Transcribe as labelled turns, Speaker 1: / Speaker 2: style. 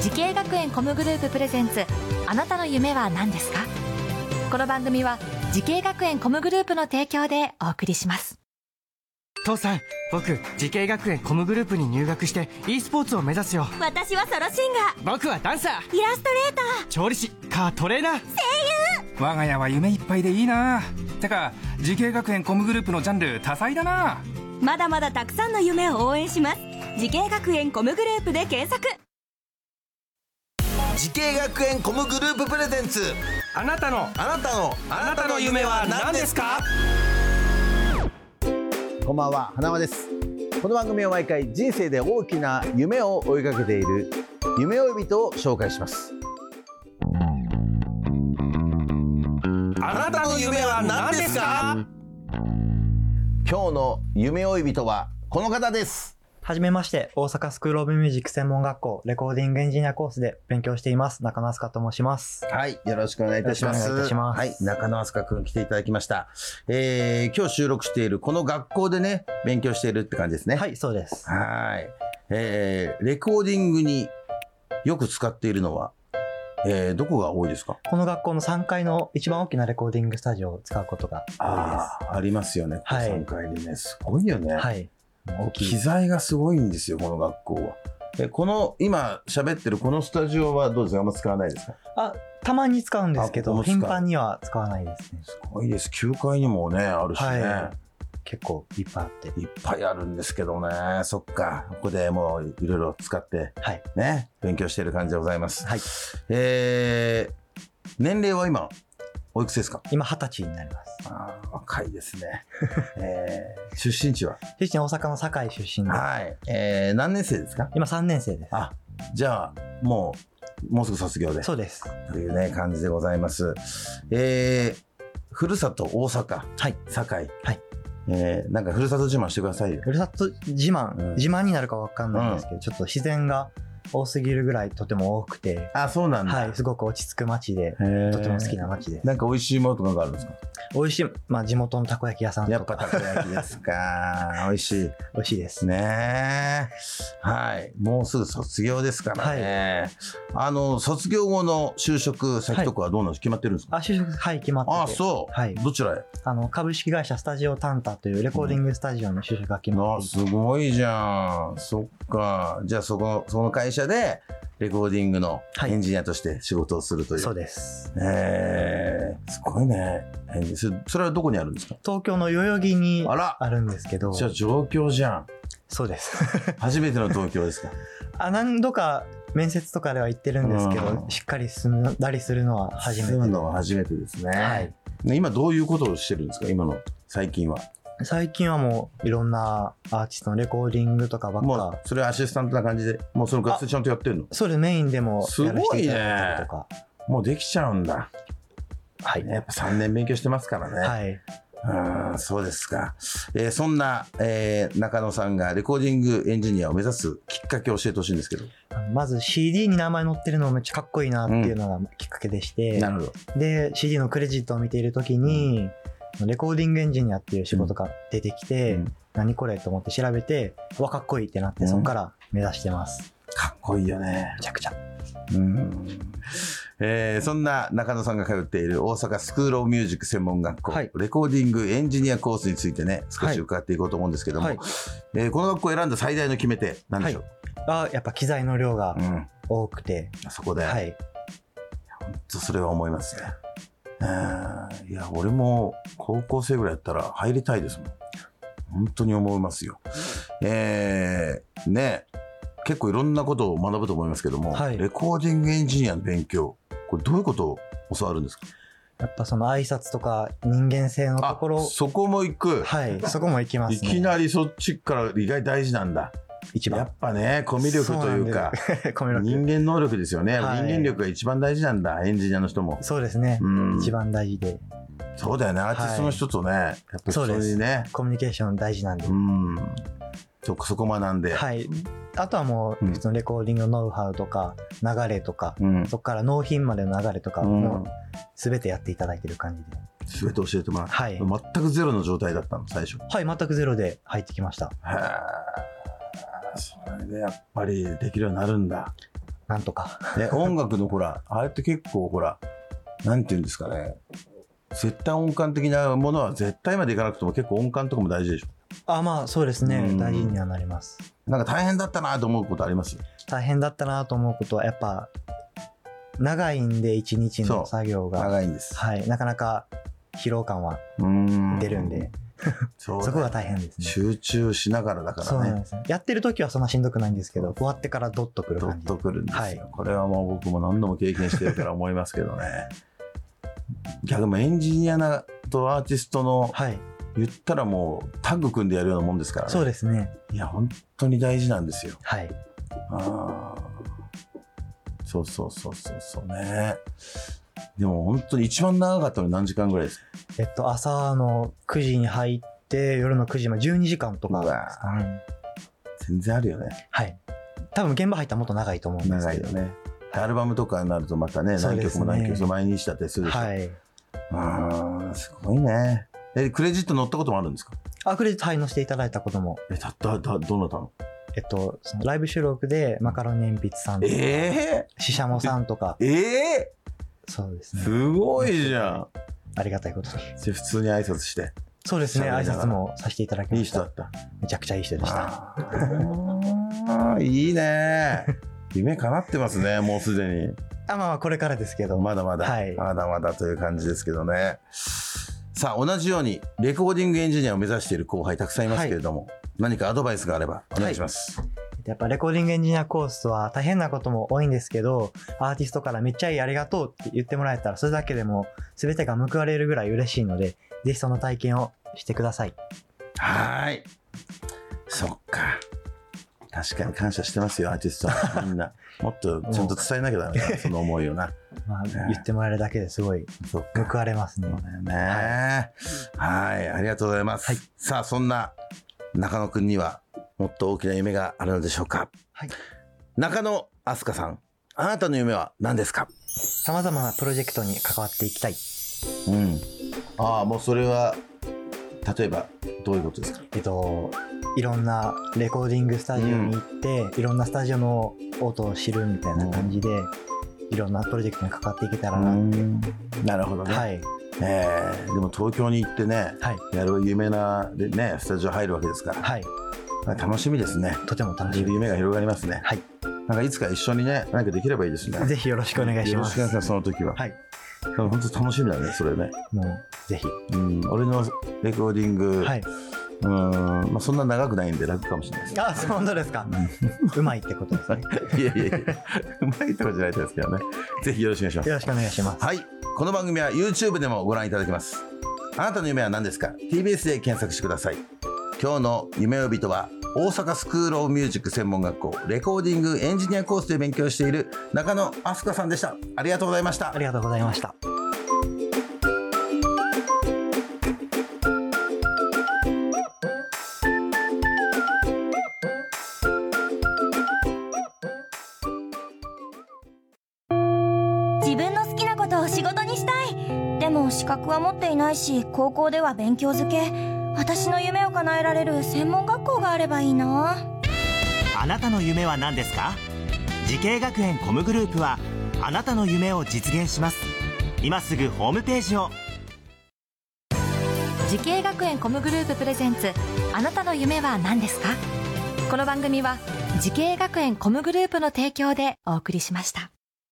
Speaker 1: 時系学園コムグループプレゼンツあなたの夢は何ですかこの番組は時系学園コムグループの提供でお送りします
Speaker 2: 父さん僕慈恵学園コムグループに入学して e スポーツを目指すよ
Speaker 3: 私はソロシンガー
Speaker 2: 僕はダンサー
Speaker 3: イラストレータ
Speaker 2: 調理師カートレーナー
Speaker 4: 我が家は夢いっぱいでいいなてか慈恵学園コムグループのジャンル多彩だな
Speaker 3: ーまだまだたくさんの夢を応援します時系学園コムグループで検索
Speaker 5: 時系学園コムグループプレゼンツ
Speaker 2: あなたの
Speaker 5: あなたのあなたの夢は何ですか
Speaker 6: こんばんは花輪ですこの番組は毎回人生で大きな夢を追いかけている夢追い人を紹介します
Speaker 5: あなたの夢は何ですか
Speaker 6: 今日の夢追い人はこの方です
Speaker 7: はじめまして、大阪スクールオブミュージック専門学校レコーディングエンジニアコースで勉強しています。中野飛鳥と申します。
Speaker 6: はいよろしくお願いいたします
Speaker 7: よろしくお願いいたします
Speaker 6: はい中野飛鳥くん来ていただきました、えー、今日収録しているこの学校でね勉強しているって感じですね
Speaker 7: はい、そうです。
Speaker 6: はいえー、レコーディングによく使っているのは、えー、どこが多いですか
Speaker 7: この学校の3階の一番大きなレコーディングスタジオを使うことが
Speaker 6: ああありますよね、
Speaker 7: はい
Speaker 6: 3階にねすごいよね、
Speaker 7: はい。大き
Speaker 6: 機
Speaker 7: い。
Speaker 6: 材がすごいんですよこの学校はえこの今喋ってるこのスタジオはどうですかあんま使わないですか
Speaker 7: あ、たまに使うんですけ
Speaker 6: あ
Speaker 7: ど、
Speaker 6: 僕も使う
Speaker 7: 頻繁には使わないですね。
Speaker 6: すごいです9階にもねあるしね、
Speaker 7: は結構いっぱいあって。
Speaker 6: い、っぱいあるんですけどねそっかここでもういろいろ使って、
Speaker 7: はい
Speaker 6: ね勉強してる感じでございます、
Speaker 7: はい。
Speaker 6: えー年齢は今おいくつですか
Speaker 7: 今二十歳になります。
Speaker 6: あー若いですね、 えー出身地は
Speaker 7: 出身大阪の堺出身で、
Speaker 6: はい、えー何年生ですか
Speaker 7: 今3年生です。
Speaker 6: あじゃあもうもうすぐ卒業で
Speaker 7: そうです。
Speaker 6: というね、感じでございます。えー、ふるさと大阪、
Speaker 7: はい。
Speaker 6: 堺。
Speaker 7: はい
Speaker 6: えー、なんかふるさと自慢してくださいよ。
Speaker 7: ふるさと自慢、
Speaker 6: うん
Speaker 7: 自慢になるかわかんないんですけど、ちょっと自然が多すぎるぐらいとても多くて、
Speaker 6: あ、そうなんだ。
Speaker 7: はい、すごく落ち着く街で、と
Speaker 6: と
Speaker 7: ても好きな。街です。
Speaker 6: なんか美味しいものとかがあるんですか
Speaker 7: 美味しい、まあ地元のたこ焼き屋さん
Speaker 6: や
Speaker 7: と
Speaker 6: っぱ
Speaker 7: か
Speaker 6: たこ焼きです か。美味しいで
Speaker 7: 美味しいです
Speaker 6: す。ね。はい。もうすぐ卒業ですからね。あの、卒業後の就職先とかはどうなんですか、決まってるんですか
Speaker 7: あ、就職、はい、決まってて。
Speaker 6: あ、そう。
Speaker 7: はい
Speaker 6: どちらへ
Speaker 7: あの、株式会社スタジオタンタというレコーディングスタジオの就職が決ま
Speaker 6: あ
Speaker 7: っていて、
Speaker 6: すごいじゃんそっかじゃあそこその会社でレコーディングの
Speaker 7: はい
Speaker 6: エンジニアとして仕事をするという、
Speaker 7: そうです。
Speaker 6: えーすごいねえーそそれはどこにあるんですか
Speaker 7: 東京の代々木に
Speaker 6: あら
Speaker 7: あるんですけど、
Speaker 6: じゃあ上京じ ゃん
Speaker 7: そうです。
Speaker 6: 初めての東京ですか
Speaker 7: あ、何度か面接とかでは行ってるんですけ
Speaker 6: う
Speaker 7: ど
Speaker 6: ん、
Speaker 7: しっかり住んだりするのは初めて
Speaker 6: 住むのは初めてですね、
Speaker 7: はい
Speaker 6: ね今どういうことをしてるんですか今の最近は
Speaker 7: 最近はもういろんなアーティストのレコーディングとかばっ
Speaker 6: も
Speaker 7: か
Speaker 6: うそれアシスタントな感じでもうその学生ちゃんとやってるの
Speaker 7: そうですメインでもやらせていただいたりとか、
Speaker 6: もうできちゃうんだ、
Speaker 7: はい、
Speaker 6: ね、やっぱ3年勉強してますからね、
Speaker 7: はい
Speaker 6: あーそうですか。えーそんな、えー中野さんがレコーディングエンジニアを目指すきっかけを教えてほしいんですけど。
Speaker 7: あのまず CD に名前載ってるのめっちゃかっこいいなっていうのがきっかけでして、
Speaker 6: なるほど。
Speaker 7: で CD のクレジットを見ている時に、レコーディングエンジニアっていう仕事が出てきて、
Speaker 6: うん
Speaker 7: 何これと思って調べてうわかっこいいってなって
Speaker 6: うん
Speaker 7: そこから目指してます、
Speaker 6: かっこいいよね。
Speaker 7: めちゃくちゃ
Speaker 6: うん。えーそんな中野さんが通っている大阪スクール・オブ・ミュージック専門学校、
Speaker 7: はい
Speaker 6: レコーディングエンジニアコースについてね、少
Speaker 7: は
Speaker 6: し
Speaker 7: い
Speaker 6: 伺っていこうと思うんですけども、
Speaker 7: はい
Speaker 6: えーこの学校を選んだ最大の決め手、なんでしょう、
Speaker 7: あやっぱ機材の量が
Speaker 6: うん。
Speaker 7: 多くて、
Speaker 6: そこで、
Speaker 7: はい
Speaker 6: ちょっとそれは思いますね。うんいや、俺も高校生ぐらいだったら入りたいですもん。本当に思いますよ。えー、ね、結構いろんなことを学ぶと思いますけども、
Speaker 7: はい
Speaker 6: レコーディングエンジニアの勉強、これどういうことを教わるんですか
Speaker 7: やっぱその挨拶とか人間性のところ
Speaker 6: そこも行く。
Speaker 7: はいそこも行きます
Speaker 6: い
Speaker 7: ね
Speaker 6: きなりそっちから意外大事なんだ。
Speaker 7: 一
Speaker 6: や
Speaker 7: 番
Speaker 6: っぱね、コミュ力というか、
Speaker 7: コミュ
Speaker 6: 人
Speaker 7: 力
Speaker 6: 間能力ですよね、
Speaker 7: はい
Speaker 6: 人間力が一番大事なんだ、エンジニアの人も。
Speaker 7: そうですね、
Speaker 6: うん
Speaker 7: 一番大事で
Speaker 6: そうだよね、アーティストの人とね、やっぱり
Speaker 7: そ
Speaker 6: そう
Speaker 7: です
Speaker 6: れにね、
Speaker 7: コミュニケーション大事なんで、
Speaker 6: うん。そこそこ学んで。
Speaker 7: はいあとはもう
Speaker 6: うん
Speaker 7: 普通のレコーディングのノウハウとか流れとか、
Speaker 6: うん。
Speaker 7: そこから納品までの流れとか
Speaker 6: うん
Speaker 7: もう全てやっていただいてる感じで、
Speaker 6: 全て教えてもらって。
Speaker 7: はい
Speaker 6: 全くゼロの状態だったの、最初。へ
Speaker 7: はい全くゼロで入ってきました
Speaker 6: え。それでやっぱりできるようになるんだ。
Speaker 7: なんとか。
Speaker 6: ね、音楽のほら、あれって結構ほら、なんていうんですかね、絶対音感的なものは絶対までいかなくても結構音感とかも大事でしょ。
Speaker 7: あ、まあそうですね
Speaker 6: う。ん
Speaker 7: 大事にはなります。
Speaker 6: なんか大変だったなと思うことあります
Speaker 7: 大変だったなと思うことは、やっぱ、長いんで一日
Speaker 6: そ
Speaker 7: の
Speaker 6: う
Speaker 7: 作業が、
Speaker 6: 長いんです。
Speaker 7: はい、なかなか疲労感は
Speaker 6: うーん
Speaker 7: 出るんで、
Speaker 6: そうだ
Speaker 7: そこが大変ですね。
Speaker 6: 集中しながらだか
Speaker 7: そうな
Speaker 6: ら
Speaker 7: ん
Speaker 6: ね、
Speaker 7: ですね。やってる時はそんなしんどくないんですけど、終わってからドッとくる
Speaker 6: ド
Speaker 7: 感
Speaker 6: ッ
Speaker 7: じ。
Speaker 6: とくるんですよ、
Speaker 7: はい
Speaker 6: これはもう僕も何度も経験してるから思いますけどね。逆もエンジニアなとアーティストの
Speaker 7: はい、
Speaker 6: 言ったらもうタッグ組んでやるようなもんですから、ね、
Speaker 7: そうですね。
Speaker 6: いや本当に大事なんですよ。
Speaker 7: はい。
Speaker 6: あーそうそうそうそうそうね。でも本当に一番長かったの何時間ぐらいですか
Speaker 7: えっと、朝の9時に入って、夜の9時まで12時間とか
Speaker 6: うわ
Speaker 7: ですかね。
Speaker 6: 全然あるよね。
Speaker 7: はい。多分現場入ったらもっと長いと思うんです
Speaker 6: 長
Speaker 7: け
Speaker 6: いよ
Speaker 7: ど。
Speaker 6: ね。アルバムとかになるとまたね、
Speaker 7: そう
Speaker 6: 何
Speaker 7: です
Speaker 6: 曲も
Speaker 7: ね
Speaker 6: 何曲も毎日だってするでしょ。
Speaker 7: はい。
Speaker 6: あーすごいね。え、クレジット乗ったこともあるんですか
Speaker 7: アクレジット配納していただいたことも、
Speaker 6: え、たった、だ、どなたの
Speaker 7: えっと、そのライブ収録でマカロニ鉛筆さんとか、
Speaker 6: え
Speaker 7: シシャモさんとか、
Speaker 6: ええ
Speaker 7: そうです
Speaker 6: え
Speaker 7: ね。
Speaker 6: すごいじゃん。
Speaker 7: ありがたいことに。
Speaker 6: じゃあ普通に挨拶して。
Speaker 7: そうですね。
Speaker 6: 喋
Speaker 7: 挨
Speaker 6: りながら
Speaker 7: 拶もさせていただきました。
Speaker 6: いい人だった。
Speaker 7: めちゃくちゃいい人でし
Speaker 6: あ
Speaker 7: た。
Speaker 6: ーいいね。 夢叶ってますね、もうすでに。
Speaker 7: あ、まあまあ、これからですけど。
Speaker 6: まだまだ、
Speaker 7: はい
Speaker 6: まだまだという感じですけどね。さあ、同じように、レコーディングエンジニアを目指している後輩たくさんいますけれども、何かアドバイスがあればお願いします。
Speaker 7: やっぱレコーディングエンジニアコースは大変なことも多いんですけど、アーティストからめっちゃいいありがとうって言ってもらえたら、それだけでも全てが報われるぐらい嬉しいので、ぜひその体験をしてください。
Speaker 6: はーい。そっか。確かに感謝してますよ、アーティストは。 みんな。もっとちゃんと伝えなきゃダメだな、その思いをな。
Speaker 7: まあ、言ってもらえるだけですごい
Speaker 6: そっか。
Speaker 7: 報われますね
Speaker 6: そ。うだよね。はい、ありがとうございます。
Speaker 7: はい
Speaker 6: さあ、そんな中野くんにはもっと大きな夢があるのでしょうか。
Speaker 7: はい
Speaker 6: 中野飛鳥さん、あなたの夢は何ですか。
Speaker 7: 様々なプロジェクトに関わっていきたい。
Speaker 6: うん。ああ、もうそれは例えばどういうことですか。
Speaker 7: えっと、いろんなレコーディングスタジオに行って、いろんなスタジオの音を知るみたいな感じで、いろんなプロジェクトに関わっていけたらなって。
Speaker 6: なるほどね。
Speaker 7: はい。
Speaker 6: ええでも東京に行ってね、
Speaker 7: はい。
Speaker 6: やる有名なでねスタジオ入るわけですから、
Speaker 7: はい。
Speaker 6: 楽しみですね。
Speaker 7: とても楽しみです。
Speaker 6: 夢が広がりますね。
Speaker 7: はい。
Speaker 6: なんかいつか一緒にね、何かできればいいですね。
Speaker 7: ぜひよろしくお願いし
Speaker 6: よろ
Speaker 7: ま
Speaker 6: し
Speaker 7: す。
Speaker 6: くお願いします、その時は。
Speaker 7: はい。
Speaker 6: 本当楽しみだね、それね。
Speaker 7: もう、ぜひ。
Speaker 6: うん、俺のレコーディング、
Speaker 7: はい。
Speaker 6: うん、まあ、そんな長くないんで楽かもしれないです。
Speaker 7: あ、そう本当ですか。うまいってことですね。
Speaker 6: いやいやいや、うまいとこじゃないですけどね。ぜひよろしくお願いします。
Speaker 7: よろしくお願いします。
Speaker 6: はい、この番組は YouTube でもご覧いただけます。あなたの夢は何ですか ?TBS で検索してください。今日の夢呼びとは、大阪スクールオブミュージック専門学校レコーディングエンジニアコースで勉強している中野飛鳥さんでした。ありがとうございました
Speaker 7: あ。りがとうございました。
Speaker 3: 自分の好きなことを仕事にしたいでも資格は持っていないし高校では勉強づけ私の夢を叶えられる専門学校があればいいな
Speaker 8: あなたの夢は何ですか時系学園コムグループはあなたの夢を実現します今すぐホームページを
Speaker 1: 時系学園コムグループプレゼンツあなたの夢は何ですかこの番組は時系学園コムグループの提供でお送りしました